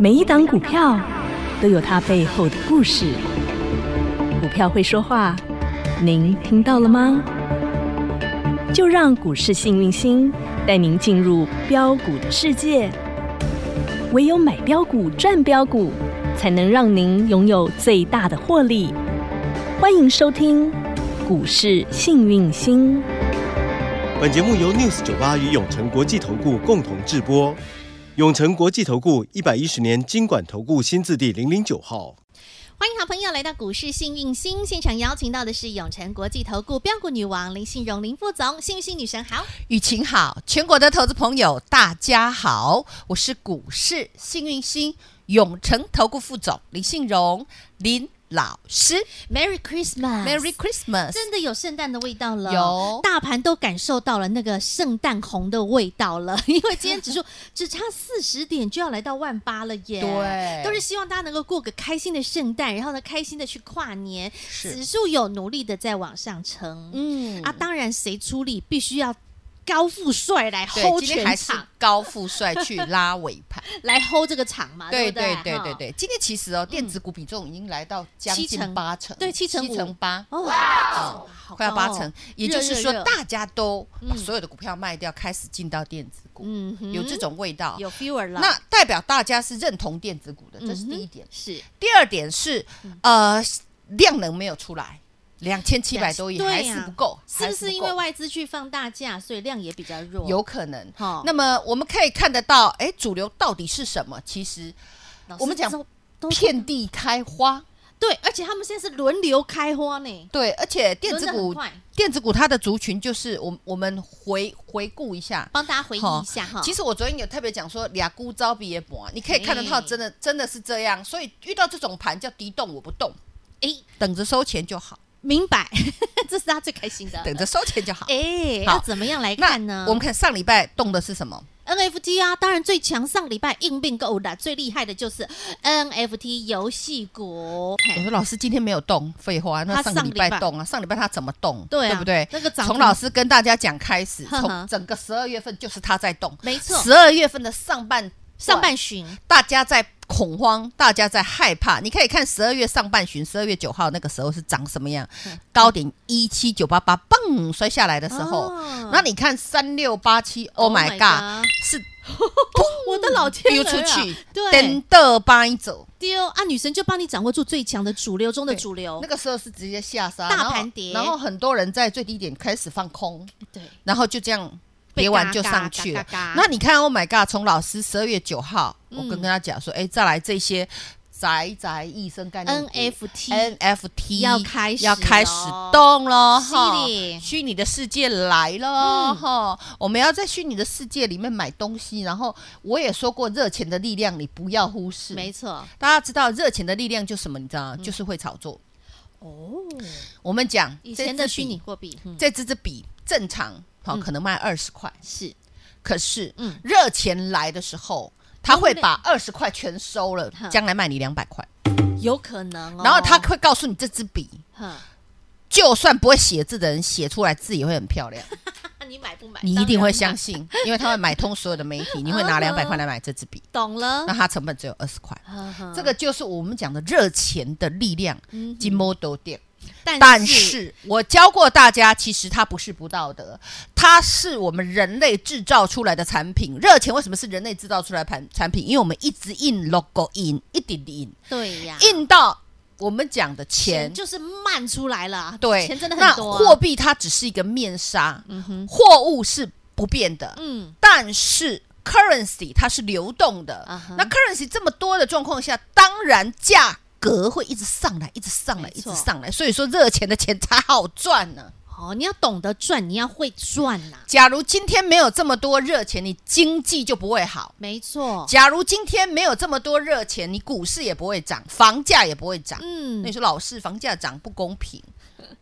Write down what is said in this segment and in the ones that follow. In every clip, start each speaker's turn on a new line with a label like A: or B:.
A: 每一档股票都有它背后的故事。股票会说话，您听到了吗？就让股市幸运星带您进入标股的世界。唯有买标股赚标股，才能让您拥有最大的获利。欢迎收听《股市幸运星》。
B: 本节目由 News 九八与永诚国际投顾共同制播，永诚国际投顾一百一十年经管投顾新字第零零九号。
C: 欢迎好朋友来到股市幸运星现场，邀请到的是永诚国际投顾标股女王林信荣林副总，幸运星女神好。
D: 雨晴好，全国的投资朋友大家好，我是股市幸运星永诚投顾副总林信荣林老师
C: Merry Christmas。
D: ，Merry Christmas！
C: 真的有圣诞的味道了，
D: 有
C: 大盘都感受到了那个圣诞红的味道了， 因为今天指 数只差四十点就要来到万八了耶，
D: 对
C: 都是希望大家能够过个开心的圣诞，然后呢开心的去跨年，
D: 是
C: 指数有努力的在往上撑，
D: 嗯
C: 啊，当然谁出力必须要高富帅来
D: 对，
C: hold
D: 今天还
C: 全
D: 是
C: 场，
D: 高富帅去拉尾 盘，
C: 来 hold 这个场嘛，
D: 对
C: 不
D: 对
C: 啊对
D: 对对。
C: 哈
D: 对，今天其实哦，电子股比重已经来到将
C: 七成
D: 近八成，
C: 对七成五
D: 七成八。
C: 哦，
D: 哦
C: 好
D: 快要
C: 高
D: 八
C: 哦
D: 成，也就是
C: 热热
D: 说，
C: 热
D: 大家都把
C: 嗯
D: 所有的股票卖掉，开始进到电子股，
C: 嗯哼
D: 有这种味道。
C: 有 fewer 了，
D: 那代表大家是认同电子股的，这是
C: 嗯哼嗯
D: 第一点。
C: 是
D: 第二点是，呃，量能没有出来，两千七百多亿
C: 对
D: 还
C: 呀
D: 是不够，
C: 是不
D: 还
C: 是因
D: 够
C: 为外资去放大假，所以量也比较弱？
D: 有可能？
C: 哈，
D: 那么我们可以看得到，哎，主流到底是什么？其实
C: 老师
D: 我们讲
C: 都都
D: 遍地开花，
C: 对，而且他们现在是轮流开花呢，
D: 对，而且电
C: 轮
D: 子
C: 得很
D: 股，
C: 快，
D: 电子股它的族群就是我我们回回顾一下，
C: 帮大家回忆
D: 好
C: 一下哈。
D: 其
C: 实
D: 实我昨天有特别讲说，俩姑招比也薄，你可以看得到，
C: 嘿
D: 真的真的是这样。所以遇到这种盘叫敌动我不动，
C: 哎，
D: 等着收钱就好，
C: 明白， 这是他最开心的。
D: 等着收钱就好。
C: 呃哎，
D: 好
C: 要怎么样来看呢？
D: 我们看上礼拜动的是什么？
C: NFT 啊，当然最强上礼拜硬并购的最厉害的就是 NFT 游戏股，
D: 我说老师今天没有动，废话，那
C: 哎他
D: 上
C: 上
D: 个礼
C: 礼
D: 拜
C: 拜
D: 动啊，上礼拜他怎么动？
C: 对啊
D: 不对？
C: 那个涨
D: 从老师跟大家讲开始，
C: 呵呵
D: 从整个十二月份就是他在动，
C: 没错
D: 十二月份的上半段
C: 上半旬
D: 大家在恐慌，大家在害怕。你可以看十二月上半旬，十二月九号那个时候是长什么样，
C: 嗯
D: 高点一七九八八，嘣摔下来的时候，
C: 哦
D: 那你看三六八七，Oh my god，是
C: 我的老天
D: 丢
C: 鹅
D: 出
C: 啊
D: 去，
C: 对
D: 等的掰走。
C: 丢啊，女神就帮你掌握住最强的主流中的
D: 对
C: 主流
D: 那，个时候是直接下杀，
C: 大
D: 然后
C: 盘跌
D: 然后很多人在最低点开始放空，
C: 对，
D: 然后就这样
C: 被
D: 跌完
C: 嘎
D: 就
C: 嘎
D: 上去了
C: 嘎嘎嘎。
D: 那你看，Oh my God！从老师十二月九号，我跟
C: 嗯
D: 跟他讲说，哎，再来这些宅宅益生概念股哎
C: NFT
D: NFT
C: 要开始
D: 要开始
C: 咯
D: 动了
C: 是
D: 哈
C: 的，
D: 虚拟的世界来了
C: 嗯
D: 哈，我们要在虚拟的世界里面买东西。然后我也说过，热钱的力量你不要忽视。
C: 没错，嗯
D: 大家知道热钱的力量就是什么？你知道吗？就是会炒作。
C: 哦，
D: 我们讲
C: 以前
D: 这
C: 的
D: 支笔
C: 虚拟，货币，嗯，
D: 这支支笔正常好、可能卖二十块，
C: 是
D: 可是
C: 嗯
D: 热钱来的时候，他会
C: 那
D: 把二十块全收了
C: 哼，
D: 将来卖你两百块，
C: 有可能嗯哦。
D: 然后他会告诉你这支笔。
C: 哼，
D: 就算不会写字的人写出来字也会很 漂亮，
C: 那你买不买？
D: 你一定
C: 当
D: 会
C: 然
D: 相
C: 买，
D: 信，因为他会买通所有的媒体，你会拿两百块来买这支笔，
C: 懂了
D: 那。它成本只有二十块，
C: 呵呵
D: 嗯这个就是我们讲的热钱的力量，
C: 嗯
D: 金摸多点。
C: 但
D: 但是我教过大家，其实它不是不道德，它是我们人类制造出来的产品。热钱为什么是人类制造出来的产产品？因为我们一直印 logo 印，一点点印，
C: 对呀，
D: 印到我们讲的钱
C: 钱。就是慢出来了，
D: 对，
C: 钱真的
D: 那
C: 很多啊。
D: 货币它只是一个面纱，货物是不变的，
C: 嗯，
D: 但是 currency 它是流动的。
C: 啊哈
D: 那 currency 这么多的状况下，当然价格会一直上来，一直上来，
C: 没
D: 一
C: 错
D: 直上来。所以说，热钱的钱才好赚呢、
C: 哦，你要懂得赚，你要会赚呐，
D: 假如今天没有这么多热钱，你经济就不会好。
C: 没错。
D: 假如今天没有这么多热钱，你股市也不会涨，房价也不会涨。那
C: 嗯
D: 你，说老师，房价涨不公 平，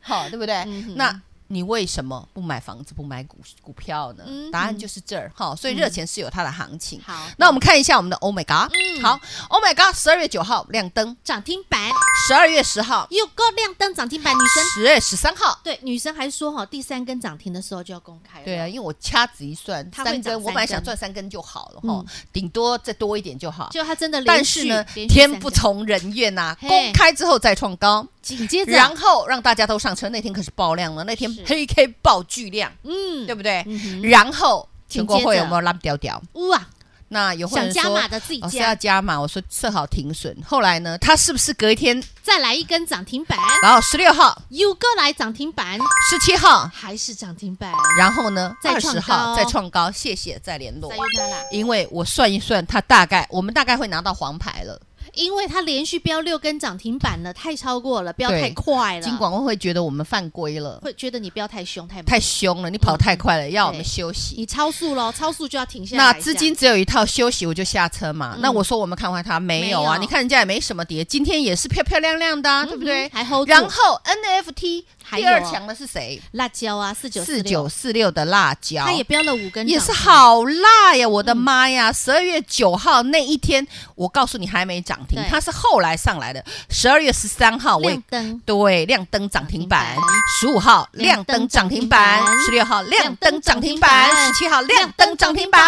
D: 好，对不对？
C: 嗯
D: 那你为什么不买房子，不买股股票呢？
C: 嗯
D: 答案就是这儿哈。所以热钱是有它的行情。
C: 好嗯
D: 那我们看一下我们的 Oh my God，、好，Oh my God，十二月九号亮灯，
C: 涨停板
D: 十二月十号，
C: 又够亮灯涨停板，女生
D: 十月十三号。
C: 对女生还说哈，第三根涨停的时候就要公开了。
D: 对啊，，因为我掐指一算，
C: 哎它会
D: 三
C: 涨
D: 根，
C: 三
D: 我本来想
C: 根
D: 赚三根就好了哈
C: 嗯，
D: 顶多再多一点就好。
C: 就他真的连
D: 但
C: 续，
D: 是呢
C: 连，续
D: 天
C: 三
D: 不
C: 根，
D: 从人愿呐、
C: 嘿
D: 公开之后再创高，
C: 紧接着
D: 然后让大家都上车。那天可是爆量了，那天
C: 是
D: 黑 K 爆巨量，
C: 嗯，
D: 对不对？
C: 嗯哼
D: 然后
C: 紧
D: 全
C: 接着
D: 国会有没有拉掉掉？
C: 呜啊，
D: 那有会
C: 想
D: 员
C: 加
D: 说
C: 码的自己
D: 老师
C: 加，
D: 哦要加码，我说设好停损。后来呢，他是不是隔一天，
C: 再来一根涨停板，
D: 然后十六号、
C: 又过来涨停板，
D: 十七号，
C: 还是涨停板，
D: 然后呢
C: 再
D: 二
C: 创
D: 十
C: 高
D: 号再创高？谢谢，再联络
C: 再。又看啦，
D: 因为我算一算，他大概我们大概会拿到黄牌了。
C: 因为它连续飙六根涨停板了，太超过了，飙
D: 对
C: 太快了，
D: 金管会会觉得我们犯规了。
C: 会觉得你飙太凶太猛，
D: 太凶了，你跑太快了，要我
C: 对
D: 们休
C: 你
D: 息。
C: 超速喽，超速就要停下来一
D: 那
C: 下，
D: 资金只有一套，休息我就下车嘛。
C: 嗯
D: 那我说我们看坏它没有啊？
C: 没有
D: 你看人家也没什么跌，今天也是漂漂亮亮的、啊，
C: 嗯
D: 对不对
C: 嗯？还 hold 住
D: 然后 NFT
C: 还
D: 第
C: 有哦
D: 二强的是谁？
C: 辣椒啊，四九
D: 四
C: 四
D: 九
C: 九，
D: 四六的辣椒
C: 它也飙了嗯五根，
D: 也是。好辣呀！我的妈呀！十二月九号那一天，我告诉你还没涨停
C: 对，
D: 它是后来上来的。十二月十三号我也
C: 亮灯，
D: 对，亮灯涨停板
C: 涨停板；
D: 十五号
C: 亮
D: 亮
C: 灯
D: 灯
C: 涨
D: 涨
C: 停
D: 停
C: 板
D: 板；十六号亮灯涨停
C: 亮灯涨停
D: 板；
C: 板
D: 十七号亮灯涨停板；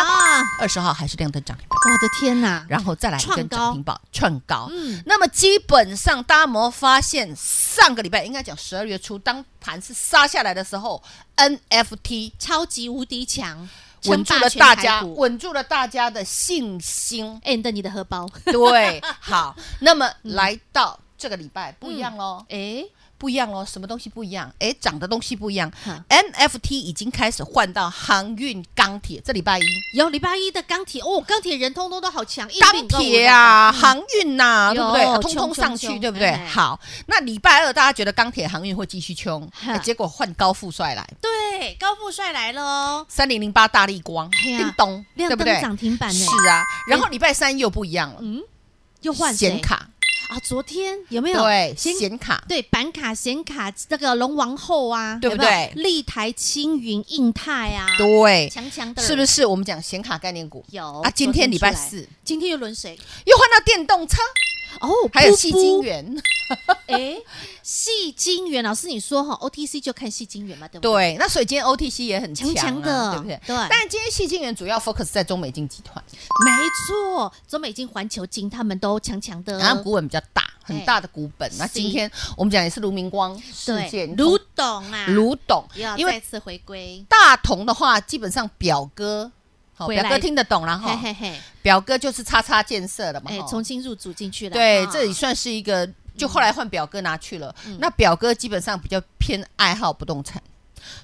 D: 二十号还是亮灯涨停板。
C: 我的天哪！
D: 然后再来一
C: 创
D: 根
C: 高
D: 涨停板创高。
C: 嗯，
D: 那么基本上，大家有没有发现，上个礼拜应该讲十二月初，当盘是杀下来的时候，NFT
C: 超级无敌强，
D: 稳住
C: 称霸
D: 了
C: 全
D: 大
C: 台
D: 家，
C: 股
D: 稳住了大家的信心。
C: and 你的荷包。
D: 对，好，
C: 嗯
D: 那么来到这个礼拜不一样喽，
C: 哎，
D: 不一样喽，什么东西不一样？哎，涨的东西不一样
C: 哈。
D: NFT 已经开始换到航运、钢铁，这礼拜一。
C: 有礼拜一的钢铁哦，钢铁人通通都好强，硬
D: 钢
C: 并购
D: 铁啊，
C: 我都
D: 航运呐、对不对
C: 嗯有？
D: 通通上
C: 冲冲
D: 去，
C: 冲
D: 对不对
C: 哎？
D: 好，那礼拜二大家觉得钢铁、航运会继续冲
C: 哈，
D: 哎结果换高富帅来，
C: 对高富帅来了哦，
D: 三零零八大力光，
C: 哎呀
D: 叮咚，
C: 亮
D: 对不
C: 灯
D: 对？
C: 涨停板呢，哎
D: 是啊，然后礼拜三又不一样了，
C: 嗯，又换谁
D: 显卡，
C: 啊？昨天有没有？
D: 对，
C: 显啊
D: 显卡，
C: 对板卡、显卡那个龙王后啊，
D: 对不
C: 有没有
D: 对
C: 立台、青云、印泰啊，
D: 对，
C: 强强的，
D: 是不是我们讲显卡概念股
C: 有
D: 啊？今天礼拜，
C: 昨出来
D: 四
C: 今天又轮谁？
D: 又换到电动车，
C: 哦，
D: 还有
C: 布
D: 细
C: 布
D: 晶圆。
C: 哎，戏精元老师，你说哈，OTC 就看戏精元嘛，对不对？
D: 对，那所以今天 OTC 也很
C: 强
D: 强啊，
C: 强的，
D: 对不对？
C: 对，
D: 但今天细晶圆主要 focus 在中美金集团，
C: 没错，中美金、环球金他们都强强的。
D: 然后股本比较大，很大的股本。那
C: 是
D: 今天我们讲也是卢明光事
C: 对
D: 件，，
C: 卢董啊，
D: 卢董
C: 又要，
D: 因
C: 再
D: 为
C: 次回归，
D: 大同的话，基本上表哥，好，
C: 回来
D: 表哥听得懂了
C: 嘿
D: 哈，
C: 嘿嘿，
D: 表哥就是叉叉建设的嘛，
C: 哎，
D: 哈
C: 重新入主进去了。
D: 对，
C: 哈嗯
D: 这也算是一个，就后来换表哥拿去了。那表哥基本上比较偏爱好不动产，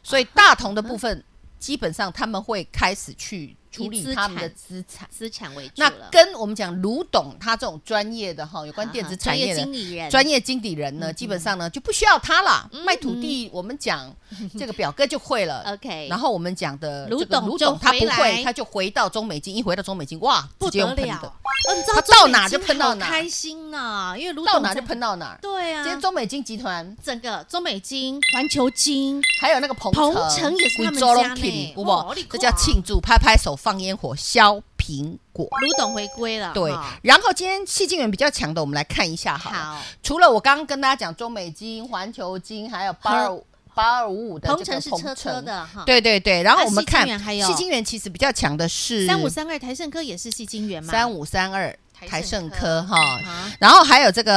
D: 所以
C: 啊
D: 大同的部分基本上他们会开始去处
C: 嗯以资产
D: 理他们的资产。
C: 资产为主
D: 那
C: 了。啊
D: 跟我们讲卢董他这种专业的哈，有关
C: 哈
D: 电子
C: 哈专
D: 产业
C: 业
D: 的
C: 经理人，
D: 专业经理人呢，基本上呢就不需要他啦。
C: 嗯
D: 卖土地我们讲这个表哥就会了。
C: OK，
D: 然后我们讲的
C: 卢
D: 这个
C: 董
D: 卢
C: 就
D: 董他不
C: 回来
D: 会，他就回到中美金，一回到中美金，哇，
C: 不
D: 直接
C: 得
D: 用喷
C: 了
D: 的，，
C: 哦你知道
D: 他
C: 中
D: 到
C: 美
D: 哪就
C: 金
D: 喷到
C: 好
D: 哪
C: 开心呐，因为卢
D: 到
C: 董
D: 哪就
C: 在
D: 喷到哪。
C: 对
D: 今天
C: 啊，
D: 中美金集团
C: 整个中美金、环球金，
D: 还有那个鹏
C: 鹏
D: 程，
C: 程也是他们家呢
D: 贵州龙挺有
C: 哦
D: 无
C: 你看
D: 这叫庆祝，拍拍手，放烟火，削苹果。
C: 卢董回归了。
D: 对
C: 哈，
D: 然后今天戏精元比较强的，我们来看一下好了。
C: 好，
D: 除了我刚刚跟大家讲中美金、环球金，还有八二五八二五五的这
C: 鹏
D: 个
C: 程是车车
D: 鹏程，
C: 的哈。
D: 对对对。然后我
C: 啊
D: 们
C: 戏精
D: 看
C: 元还有
D: 戏精元其实比较强的是
C: 三五三二台盛科也是戏精元嘛？
D: 三五三二
C: 台
D: 台
C: 盛
D: 盛
C: 科
D: 科哈，
C: 啊，
D: 然后还有这个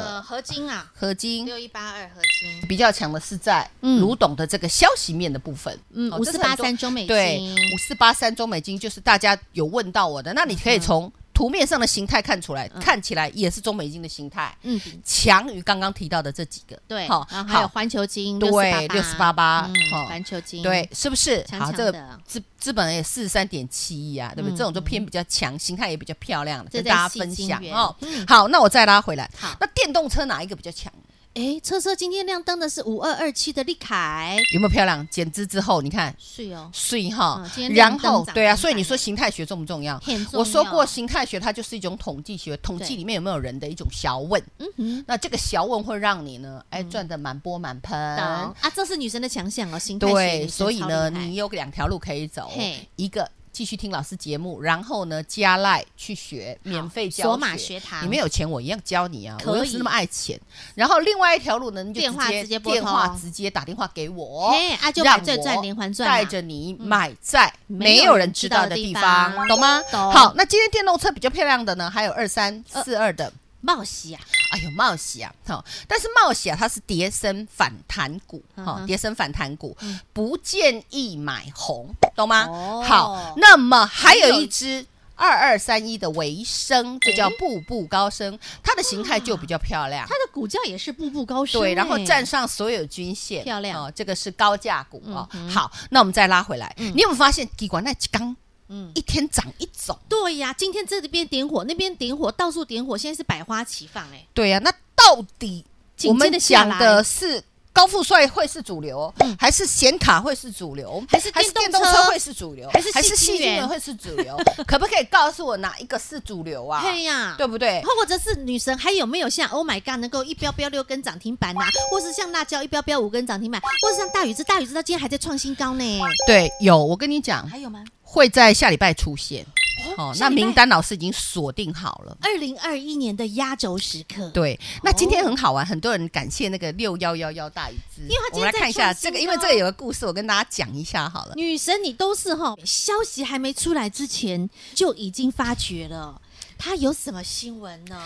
C: 呃，合金啊，
D: 合金。
C: 六一八二合金，
D: 比较强的是在
C: 嗯
D: 卢董的这个消息面的部分，
C: 嗯，
D: 哦
C: 五
D: 这
C: 四
D: 是
C: 八
D: 很多
C: 三中美
D: 对
C: 金，
D: 五四八三中美金就是大家有问到我的，那你可以
C: 嗯
D: 从图面上的形态看出来，看起来也是中美金的形态
C: 嗯，
D: 强于刚刚提到的这几个，
C: 对，
D: 好，
C: 然后还有
D: 好
C: 环球金，
D: 对六四八八
C: 嗯，
D: 好。
C: 环球金，
D: 对，，是不是？
C: 强
D: 好，
C: 强
D: 这个
C: 的
D: 资资本也四十三点七亿啊，对不
C: 啊嗯
D: 对？这种就偏比较强，形态也比较漂亮的，
C: 这
D: 跟
C: 在
D: 大家
C: 戏
D: 分
C: 精
D: 享
C: 园
D: 哦
C: 嗯。
D: 好，那我再拉回来
C: 好。
D: 那电动车哪一个比较强？
C: 哎，车车今天亮灯的是五二二七的利凯，
D: 有没有漂亮？减资之后，你看
C: 是哦，
D: 税哈
C: 嗯今天，亮
D: 然
C: 灯
D: 后
C: 涨
D: 对啊，
C: 停
D: 所以
C: 板
D: 你说
C: 了
D: 形态学重不重要？
C: 很重要
D: 我说过，形态学它就是一种统计学，统
C: 对
D: 计里面有没有人的一种小问。
C: 嗯哼，
D: 那这个小问会让你呢，哎，赚得满钵满
C: 懂
D: 盆。
C: 啊，这是女生的强项哦，形态学
D: 对，
C: 女生
D: 所以
C: 超
D: 呢，
C: 厉害
D: 你有两条路可以走
C: 嘿，
D: 一个继续听老师节目，然后呢加赖去学免费教
C: 索马学堂
D: 你没有钱我一样教你啊，
C: 可以
D: 我又不是那么爱钱。然后另外一条路呢，你就
C: 电话直接拨
D: 电话
C: 通
D: 直接打电话给我，
C: 嘿啊就
D: 哦让
C: 买钻钻
D: 我
C: 连环钻啊嗯
D: 带着你买在
C: 没
D: 没
C: 有
D: 有
C: 人
D: 人
C: 知
D: 知
C: 道
D: 道
C: 的
D: 的
C: 地
D: 地
C: 方
D: 方，懂吗？
C: 懂
D: 好，那今天电动车比较漂亮的呢，还有二三四二的。
C: 冒喜啊，
D: 哎呦，冒喜啊，哈、但是冒喜啊，它是跌升反弹股，哈、
C: 嗯哼嗯
D: 跌升反弹股、不建议买红，懂吗？
C: 哦
D: 好，那么还
C: 还有
D: 有一只。二二三一的维生，这叫步步高升，它的形态就比较漂亮
C: 啊它。的股价也是步步高升欸，
D: 对，然后站上所有均线，
C: 漂亮
D: 哦，这个是高价股哦
C: 嗯哼。
D: 好，那我们再拉回来，
C: 嗯
D: 你有没有发现，底管那几缸，
C: 嗯
D: 一天涨一种？
C: 对呀，今天这边点火，那边点火，到处点火，现在是百花齐放哎。
D: 对啊呀、那到底
C: 紧
D: 我
C: 接
D: 们
C: 着下来嗯
D: 讲的是高富帅会是主流，还是显卡会是主流，
C: 还是电
D: 电
C: 动
D: 动
C: 车
D: 车会是主流，
C: 还是细
D: 细
C: 晶
D: 菌
C: 圆
D: 会是主 流？可不可以告诉我哪一个是主流啊？
C: 对呀，哦
D: 对不对？
C: 或者是女神还有没有像 Oh my God 能够一标标六根涨停板呐、啊或是像辣椒一标标五根涨停板，或是像大禹治，大禹治到今天还在创新高呢？
D: 对，有我跟你讲，
C: 还有吗？
D: 会在下礼拜出现。哦，
C: 下
D: 那
C: 礼拜
D: 名单老师已经锁定好了。
C: 二零二一年的压轴时刻，
D: 对，那今天很好玩，很多人感谢那个六幺幺幺大椅子。
C: 因为他今天
D: 我们来
C: 在
D: 看一下
C: 创
D: 这
C: 新
D: 个，
C: 啊
D: 因为
C: 高
D: 这个有个故事，我跟大家讲一下好了。
C: 女神你都是哈，消息还没出来之前就已经发觉了，她有什么新闻呢？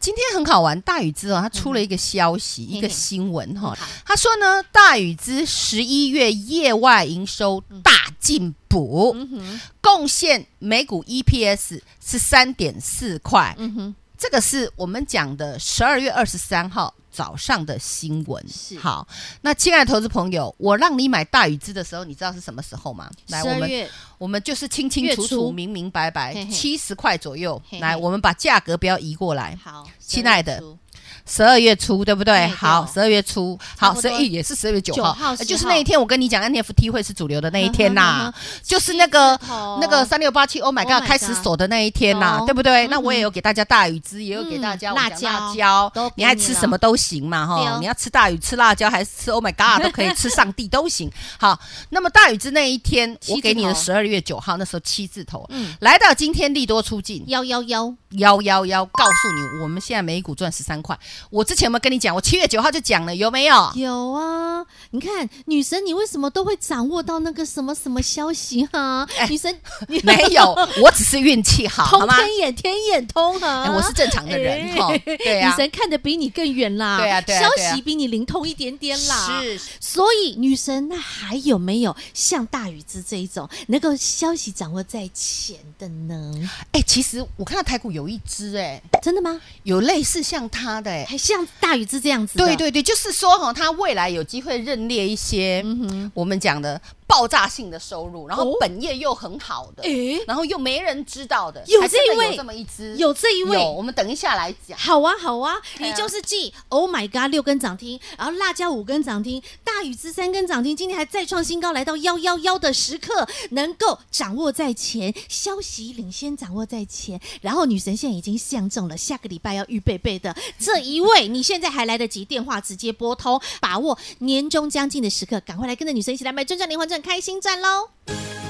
D: 今天很好玩，大禹之哦，他出了一个消息，一个
C: 嘿嘿
D: 新闻哈、
C: 嗯好
D: 他说呢，大禹之十一月业外营收大进补，
C: 嗯哼，
D: 贡献每股 E EPS 是三点四块。
C: 嗯哼，
D: 这个是我们讲的十二月二十三号早上的新闻。
C: 是
D: 好，那亲爱的投资朋友，我让你买大禹之的时候，你知道是什么时候吗？来，
C: 十
D: 我
C: 二
D: 们
C: 月
D: 我们就是清清
C: 月
D: 楚
C: 初
D: 楚、明明白白
C: 嘿，嘿
D: 七十块左右。
C: 嘿嘿
D: 来，我们把价格标移过来。
C: 好，
D: 亲爱的
C: 12月初
D: 十二月初，对不对？
C: 哎对
D: 好，十二月初，
C: 差
D: 好，
C: 不
D: 十
C: 多
D: 二也是十二月九
C: 9号
D: 号，
C: 10号，
D: 呃就是那一天我跟你讲 NFT 会是主流的那一天呐
C: 嗯
D: 就是那个
C: 七字头
D: 那个三六八七，Oh my
C: Oh my
D: God，开始
C: God
D: 锁的那一天呐
C: 懂，
D: 对不对？
C: 嗯
D: 那我也有给大家大禹汁，也有给大家
C: 嗯
D: 我讲
C: 辣椒
D: 辣椒
C: 都给，
D: 你爱吃什么都行嘛
C: 你了对哦
D: 哈，你要吃大禹吃辣椒还是吃 Oh my God 都可以，吃上帝都行。好，那么大禹之那一天，
C: 七字头
D: 我给你的十二月九号那时候七字头
C: 嗯，
D: 来到今天利多出尽，
C: 幺幺幺，
D: 幺幺幺，告诉你，我们现在每一股赚十三块。我之前有没有跟你讲？我七月九号就讲了，有 没有？
C: 有啊，你看女神，你为什么都会掌握到那个什么什么消息哈、女神，你
D: 哎 没有，我只是运气好，好
C: 通
D: 吗？
C: 天眼，天眼通啊、
D: 哎我是正常的 人哈，
C: 哎
D: 对啊呀
C: 女，神看得比你更远啦，
D: 对啊对啊对啊
C: 消息比你灵通一点点啦。
D: 是
C: 所以女神，那还有没有像大禹之这一种能够消息掌握在前的呢？
D: 哎，其实我看到台股有一只哎，
C: 真的吗？
D: 有类似像它的哎。
C: 还像大禹之这样子的？
D: 对对对，就是说哈，它未来有机会认列一些
C: 嗯哼
D: 我们讲的爆炸性的收入，然后
C: 哦
D: 本业又很好的，
C: 诶
D: 然后又没人知道的，
C: 有
D: 还真
C: 这
D: 的
C: 一位
D: 有这么一只，
C: 有这一位
D: 有我们等一下来讲。
C: 好啊，好啊，
D: 对
C: 你
D: 啊
C: 就是记 Oh my God 六根涨停，然后辣椒五根涨停，大禹之三根涨停，今天还再创新高，来到幺幺幺的时刻，能够掌握在前，消息领先掌握在前。然后女神现在已经相中了，下个礼拜要预备备的这一位，你现在还来得及，电话直接拨通，把握年终将近的时刻，赶快来跟着女神一起来买赚赚连环赚，开心赚喽！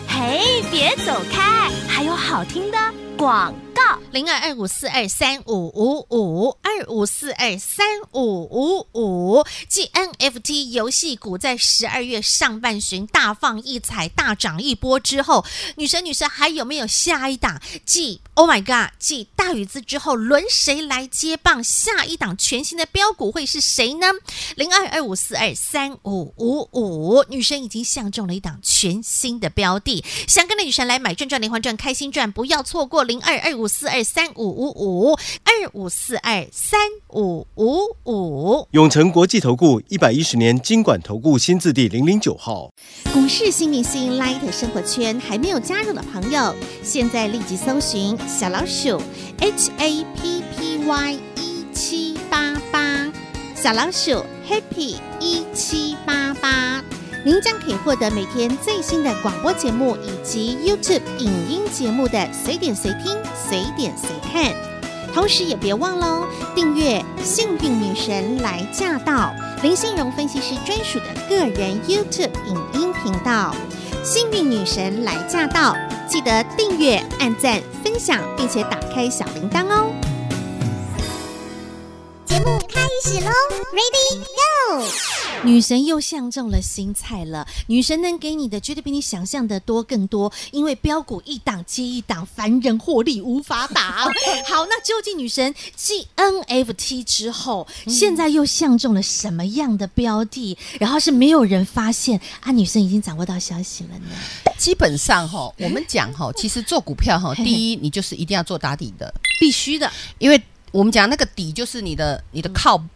A: 嘿，别走开，还有好听的广告。
C: 零二二五四二三五五五二五四二三五五五。继 NFT 游戏股在十二月上半旬大放异彩、大涨一波之后，女神女神还有没有下一档？继 Oh my God，继大禹之之后，轮谁来接棒？下一档全新的标股会是谁呢？零二二五四二三五五五，女神已经相中了一档全新的标的，想跟着女神来买赚赚连环赚，开心赚，不要错过零二二五四二三五五五二五四二三五五五。
B: 永诚国际投顾一百一十年金管投顾新字第零零九号。
C: 股市新明星 Light 生活圈还没有加入的朋友，现在立即搜寻小老鼠 HAPPY 一 E 七八八，小老鼠 Happy 一七八八，您将可以获得每天最新的广播节目以及 YouTube 影音节目的随点随听、随点随看。同时也别忘喽，订阅《幸运女神来驾到》林信荣分析师专属的个人 YouTube 影音频道《幸运女神来驾到》，记得订阅、按赞、分享，并且打开小铃铛哦。
E: 节目开始喽，Ready Go！
C: 女神又相中了新菜了，女神能给你的绝对比你想象的多更多，因为标股一档接一档，凡人获利无法 挡。好，那究竟女神继 NFT 之后，现在又相中了什么样的标的？然后是没有人发现啊，女神已经掌握到消息了呢？
D: 基本上哈、 我们讲哈、其实做股票哈、
C: 嘿嘿
D: 第一你就是一定要做打底的，
C: 必须的
D: 因为我们讲那个底就是你的你的靠背。
C: 嗯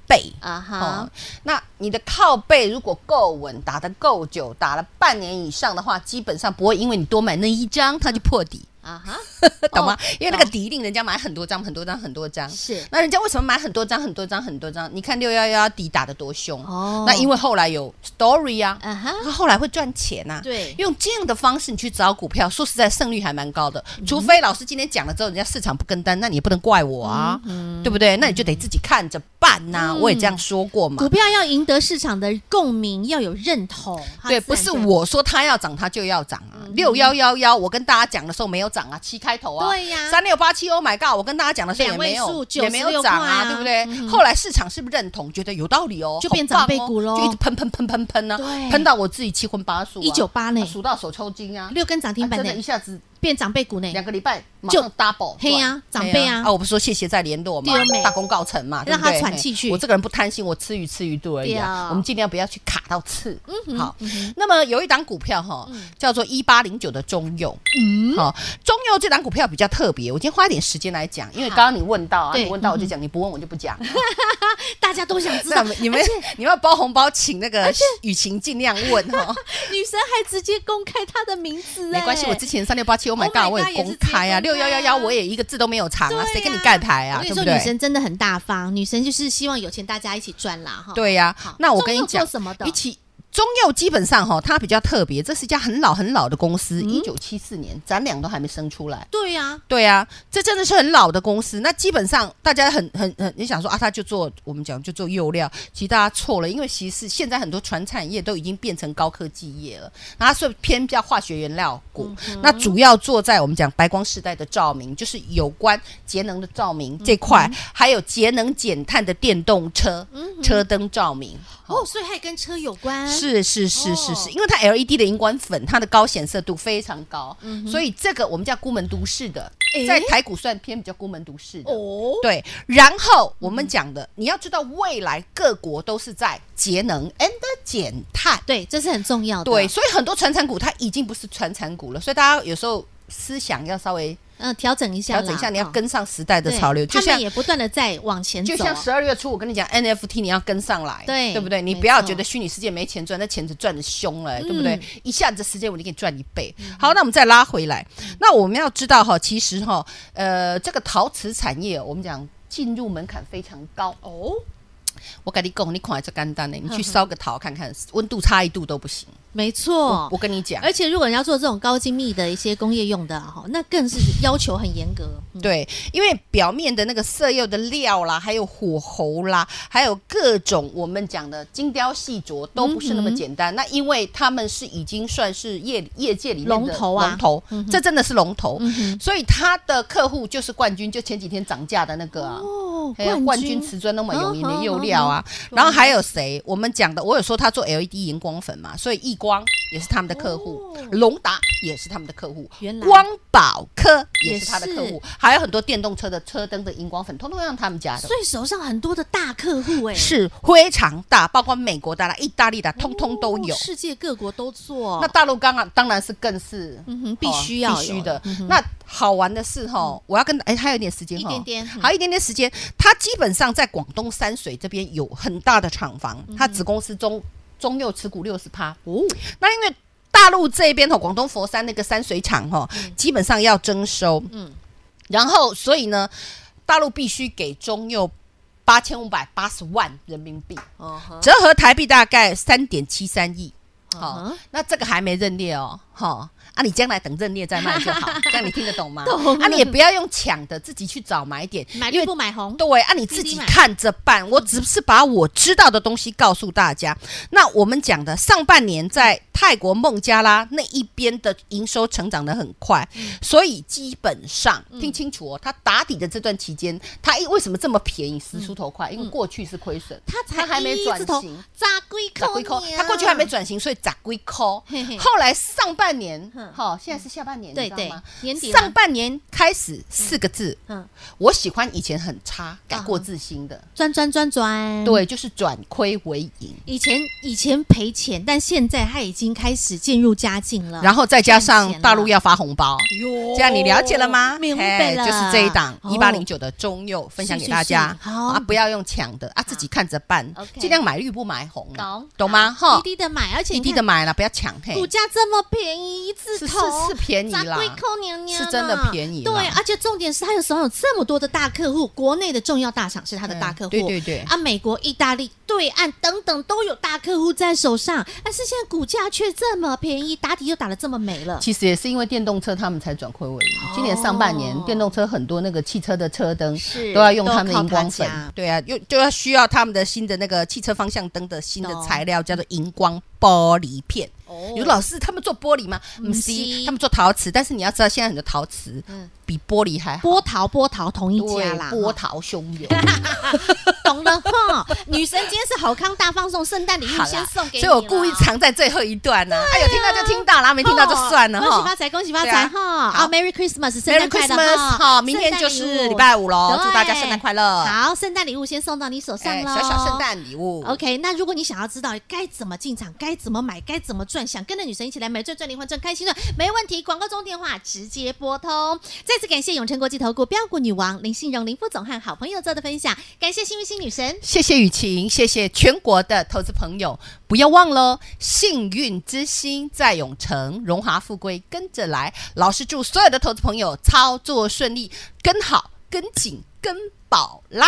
C: 啊
D: 哦
C: 哈，，
D: 那你的靠背如果够稳，打得够久，打了半年以上的话，基本上不会因为你多买那一张它就破底，
C: 啊哈，
D: 懂吗
C: 哦？
D: 因为那 个
C: 懂
D: 底一定人家买很多张、很多张、很多张。
C: 是
D: 那人家为什么买很多张、很多张、很多张？你看六幺幺底打得多凶
C: 哦
D: 那因为后来有 story 啊，
C: 啊哈，
D: 他后来会赚钱呐、
C: 对
D: 用这样的方式你去找股票，说实在胜率还蛮高的。除非老师今天讲了之后，人家市场不跟单，那你也不能怪我啊，
C: 嗯
D: 对不对？那你就得自己看着办呐、我也这样说过嘛
C: 股。票要赢得市场的共鸣，要有认同。它
D: 对，
C: 自
D: 不
C: 然
D: 是
C: 就嗯
D: 我说它要涨，它就要涨啊。六幺幺幺，我跟大家讲的时候没有涨啊，七开头啊。
C: 对呀
D: 三六八七，Oh my god！我跟大家讲的时候也没
C: 两位
D: 有
C: 数，
D: 也没有涨啊，
C: 96
D: 对不对？后来市场是不是认同，觉得有道理哦，
C: 嗯就变
D: 好棒哦
C: 长辈股咯
D: 就一直喷喷喷喷喷呢
C: 对，
D: 喷到我自己七荤八素啊，
C: 一九八呢，
D: 数到手抽筋啊，
C: 六根涨停
D: 啊
C: 板
D: 真
C: 呢
D: 的，一下子
C: 变长辈股呢，
D: 两个礼拜马
C: 就
D: 上 double，
C: 嘿呀
D: 赚
C: 长辈啊
D: 嘿啊，我不是说谢谢再联络嘛
C: 对啊没，
D: 大功告成嘛，对不
C: 让他
D: 对
C: 喘气去
D: 嘿我这个人不贪心，我吃鱼吃鱼肚而已啊
C: 对，嗯
D: 我们尽量不要去卡到刺。好，那么有一档股票哈，叫做一八零九的中佑，嗯，好，中佑这档股票比较特别，我今天花一点时间来讲，因为刚刚你问到啊，
C: 对嗯
D: 你问到我就讲，你不问我就 不讲。
C: 大家都想知
D: 那
C: 道
D: 你。们你们你们要包红包，请那个雨晴尽量问哈。
C: 女神还直接公开她的名字，
D: 没关系，
C: 哎
D: 我之前三六八七，Oh my
C: Oh my
D: god，我
C: God，
D: 有
C: 也是
D: 公
C: 直接
D: 开啊，六
C: 公
D: 幺
C: 开
D: 幺
C: 啊
D: 幺我也一个字都没有藏
C: 对
D: 啊
C: 呀，
D: 谁跟你盖牌啊？
C: 我跟你
D: 对不
C: 说，
D: 对？
C: 女神真的很大方，女神就是希望有钱大家一起赚啦，哈。
D: 对呀、
C: 好
D: 那我跟你
C: 中
D: 讲
C: 佑做什么，的
D: 一起中佑基本上哈、它比较特别，这是一家很老很老的公
C: 嗯
D: 司，一九七四年，咱俩都还没生出来。
C: 对呀，
D: 对啊，这真的是很老的公司。那基本上大家很很很，你想说啊，他就做我们讲就做釉料，其实大家错了，因为其实现在很多传产业都已经变成高科技业了，那它是偏叫化学原料股。那主要做在我们讲白光时代的照明，就是有关节能的照明这块，还有节能减碳的电动车、车灯照明。
C: 哦，所以还跟车有关，
D: 是是是是是，
C: 哦
D: 因为它 LED 的荧光粉，它的高显色度非常高，所以这个我们叫孤门独市的，
C: 嗯诶
D: 在台股算偏比较孤门独市的。
C: 哦，
D: 对，然后我们讲的，你要知道未来各国都是在节能 and 减碳，
C: 哦对，啊这是很重要的，
D: 对，，所以很多传产股它已经不是传产股了，所以大家有时候思想要稍微
C: 嗯，调整一下啦，
D: 调整一下，你要
C: 哈
D: 跟上时代的
C: 哦对
D: 潮流，
C: 他们也不断的在往前走
D: 就
C: 啊，
D: 像十二月初，我跟你讲，NFT 你要跟上来，
C: 对
D: 对不对？你
C: 没
D: 不要
C: 错
D: 觉得虚拟世界没钱赚，那钱只赚的凶了、对不对
C: 嗯？
D: 一下子时间我就给你赚一倍。好，那我们再拉回来，那我们要知道哈，其实哈，呃，这个陶瓷产业，我们讲进入门槛非常高哦。我跟你讲，你看这干单的，你
C: 嗯
D: 去烧个陶看看，温度差一度都不行。
C: 没错
D: 我。跟你讲，
C: 哦而且如果你要做这种高精密的一些工业用的哈，那更是要求很严格。嗯
D: 对，因为表面的那个色釉的料啦，还有火候啦，还有各种我们讲的精雕细琢，都不
C: 嗯
D: 是那么简单。那因为他们是已经算是业业界里面的
C: 龙头啊嗯
D: 龙头，这真的是龙头，所以他的客户就是冠军，就前几天涨价的那个啊。
C: 哦
D: 还有冠军瓷砖那么有名的釉料啊，
C: 嗯
D: 然后还有谁？我们讲的，我有说他做 LED 荧光粉嘛，所以易光也是他们的客户
C: 哦，
D: 龙达也是他们的客户
C: 原，来
D: 光宝科嗯也
C: 也
D: 是他的
C: 是
D: 客户，还有很多电动车的车灯的荧光粉，通通让他们家的
C: 所。以手上很多的大客户哎、
D: 是非常大，包括美国的啦、意大利的，通通都有
C: 哦。世界各国都做。
D: 那大陆刚刚当然是更是，
C: 哦嗯哼必须要有嗯
D: 必须的。那好玩的是哈，我要跟哎，还有一点时间哈，
C: 一点点嗯
D: 还有一点点时间。它基本上在广东山水这边有很大的厂房，它子公司中中佑持股六十趴哦。那因为大陆这边哈，广东佛山那个山水厂哈，基本上要征收，嗯，然后所以呢，大陆必须给中佑。八千五百八十万人民币，
C: 哦呵
D: 折合台币大概三点七三亿。好、
C: 嗯哼
D: 那这个还没认列哦，好、啊，你将来等正业再卖就好，这样你听得懂吗？
C: 懂
D: 啊，你也不要用抢的，自己去找买点，
F: 买
D: 因
F: 绿
D: 为
F: 不买红，
D: 对啊，你
F: 滴
D: 自
F: 滴
D: 己
F: 买
D: 看着办。我只是把我知道的东西告诉大家。那我们讲的上半年在泰国孟加拉那一边的营收成长的很快，所以基本上听清楚哦，它打底的这段期间，它因为什么这么便宜，十出头快？因为过去是亏损，
F: 它才
D: 它还没
F: 一
D: 转
F: 字头
D: 型，
F: 咋龟
D: 咋
F: 扣
D: 龟抠
F: 你？啊
D: 它过去还没转型，所以咋龟抠
C: 嘿嘿？
D: 后来上半年
C: 嗯，
D: 好，现在是下半年，
C: 对
D: 你知道吗
C: 对年底了
D: 上半年开始四个字，
C: 嗯
D: 嗯，我喜欢以前很差改过自新的，
C: 转转转转，，
D: 对，就是转亏为盈，
C: 以前以前赔钱，但现在他已经开始渐入佳境了。
D: 然后再加
C: 嗯赚钱
D: 上
C: 了哦
D: 大陆要发红包。这样你了解了吗？
C: 明白
D: 嘿
C: 了
D: 就是这一档
C: 哦
D: 一八零九的中佑分享给大家
C: 是是是好
D: 啊，不要用抢的啊，自己看着办
C: OK，
D: 尽量买绿不买红啦
C: 懂，
D: 懂吗？
C: 好
D: 哈，
C: 滴滴的买，而且
D: 滴
C: 你
D: 滴
C: 看
D: 的买了，不要抢嘿，
C: 股价这么便宜，一字
D: 是是
C: 头
D: 是便宜
C: 咋
D: 啦
C: 贵扣娘娘啊
D: 是真的便宜啦
C: 对，而且重点是他有手上有这么多的大客户，国内的重要大厂是他的大客户，
D: 嗯对对对
C: 啊，美国、意大利、对岸等等都有大客户在手上，但是现在股价却这么便宜，打底又打得这么美了，
D: 其实也是因为电动车他们才转亏为
C: 哦
D: 盈。今年上半年电动车很多那个汽车的车灯
C: 是
D: 都要用他
C: 都
D: 们的
C: 靠
D: 荧光粉
C: 它家，
D: 对啊，又就要需要他们的新的那个汽车方向灯的新的
C: 懂
D: 材料叫做荧光玻璃片。
C: 哦
D: 有老师他们做玻璃吗？
C: 不
D: 不
C: 是
D: 是，他们做陶瓷，但是你要知道现在很多陶瓷
C: 嗯
D: 比玻璃还好。
C: 波涛波涛同一
D: 对
C: 家啦，，
D: 波涛汹 涌。
C: 懂了哈。女神今天是好康大放送，圣诞礼物
D: 好啦
C: 先送给
D: 所
C: 你，
D: 以我故意。藏在最后一段呢。哎，有听到就听到啦，没听到就算了
C: 哦恭喜发
D: 哈。
C: 财，恭喜发
D: 对啊
C: 财哈！
D: 好
C: 啊，Merry Christmas，圣
D: Merry
C: 诞快乐
D: Christmas！哈，明天就
C: 圣诞
D: 是
C: 礼物
D: 礼拜五喽，
C: 对
D: 祝大家圣诞快乐。
C: 好，圣诞礼物先送到你手上
D: 哎
C: 喽、
D: 小小圣。诞礼物。
C: OK，那如果你想要知道该怎么进场、该怎么买、该怎么赚，想跟着女神一起来买赚赚零换赚开心赚，没问题。广告中电话直接拨通。再次感谢永诚国际投顾标股女王林信荣林副总和好朋友做的分享，感谢幸运星女神。
D: 谢谢雨晴，谢谢全国的投资朋友，不要忘喽！幸运之星在永城，荣华富贵跟着来。老师祝所有的投资朋友操作顺利，跟好、跟紧、跟宝来。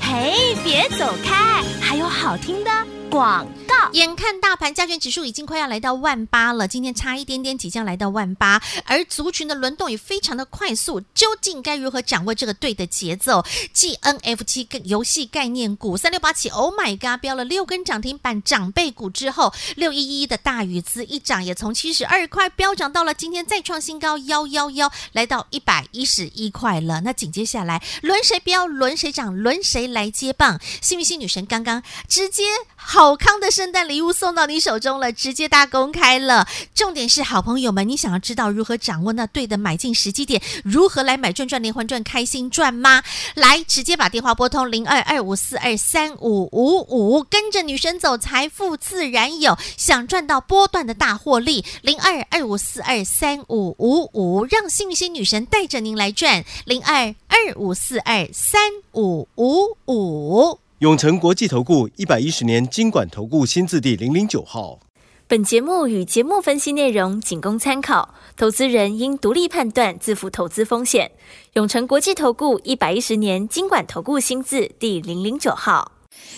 A: 嘿，别走开，还有好听的广告。
C: 眼看大盘加权指数已经快要来到万八了，今天差一点点即将来到万八，而族群的轮动也非常的快速，究竟该如何掌握这个对的节奏？继 NFT 跟游戏概念股三六八七，Oh my god，标了六根涨停板长辈股之后，六一一的大禹资一涨也从七十二块飙涨到了今天再创新高幺幺幺，来到一百一十一块了。那紧接下来轮谁飙，轮谁涨，轮谁来接棒？幸运星女神刚刚直接好康的圣诞礼物送到你手中了，直接大公开了。重点是，好朋友们，你想要知道如何掌握那对的买进时机点，如何来买赚赚连环赚开心赚吗？来，直接把电话拨通零二二五四二三五五五，跟着女神走，财富自然有。想赚到波段的大获利，零二二五四二三五五五，让幸运星女神带着您来赚零二二五四二三五五五。
B: 永诚国际投顾一百一十年金管投顾新字第零零九号。
G: 本节目与节目分析内容仅供参考，投资人应独立判断，自负投资风险。永诚国际投顾一百一十年经管投顾新字第零零九号。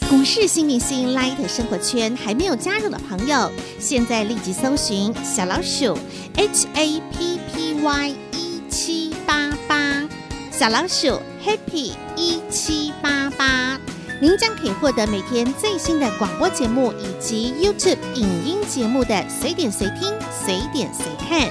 C: 股市新明星 Light 生活圈还没有加入的朋友，现在立即搜寻小老鼠 HAPPY 一 E 七八八，小老鼠 Happy 一七八八，您将可以获得每天最新的广播节目以及 YouTube 影音节目的随点随听、随点随看。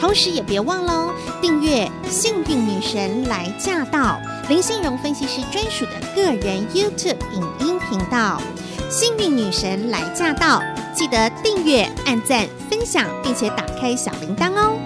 C: 同时也别忘喽，订阅《幸运女神来驾到》林信荣分析师专属的个人 YouTube 影音频道《幸运女神来驾到》，记得订阅、按赞、分享，并且打开小铃铛哦。